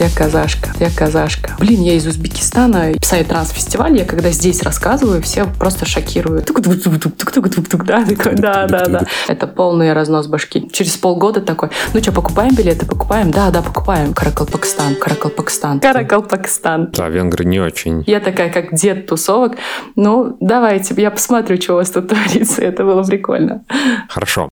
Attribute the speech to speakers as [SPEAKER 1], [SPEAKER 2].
[SPEAKER 1] Я казашка, я казашка. Блин, я из Узбекистана. Псай транс фестиваль. Я когда здесь рассказываю, все просто шокируют. Тук-тук-тук-тук-тук-тук-тук, да, такой, да, да, да. Это полный разнос башки. Через полгода такой, ну что, покупаем билеты, покупаем? Да, да, покупаем. Каракалпакстан, Каракалпакстан, Каракалпакстан.
[SPEAKER 2] Да, венгры не очень.
[SPEAKER 1] Я такая, как дед тусовок. Ну, давайте, я посмотрю, что у вас тут творится. Это было прикольно.
[SPEAKER 2] Хорошо.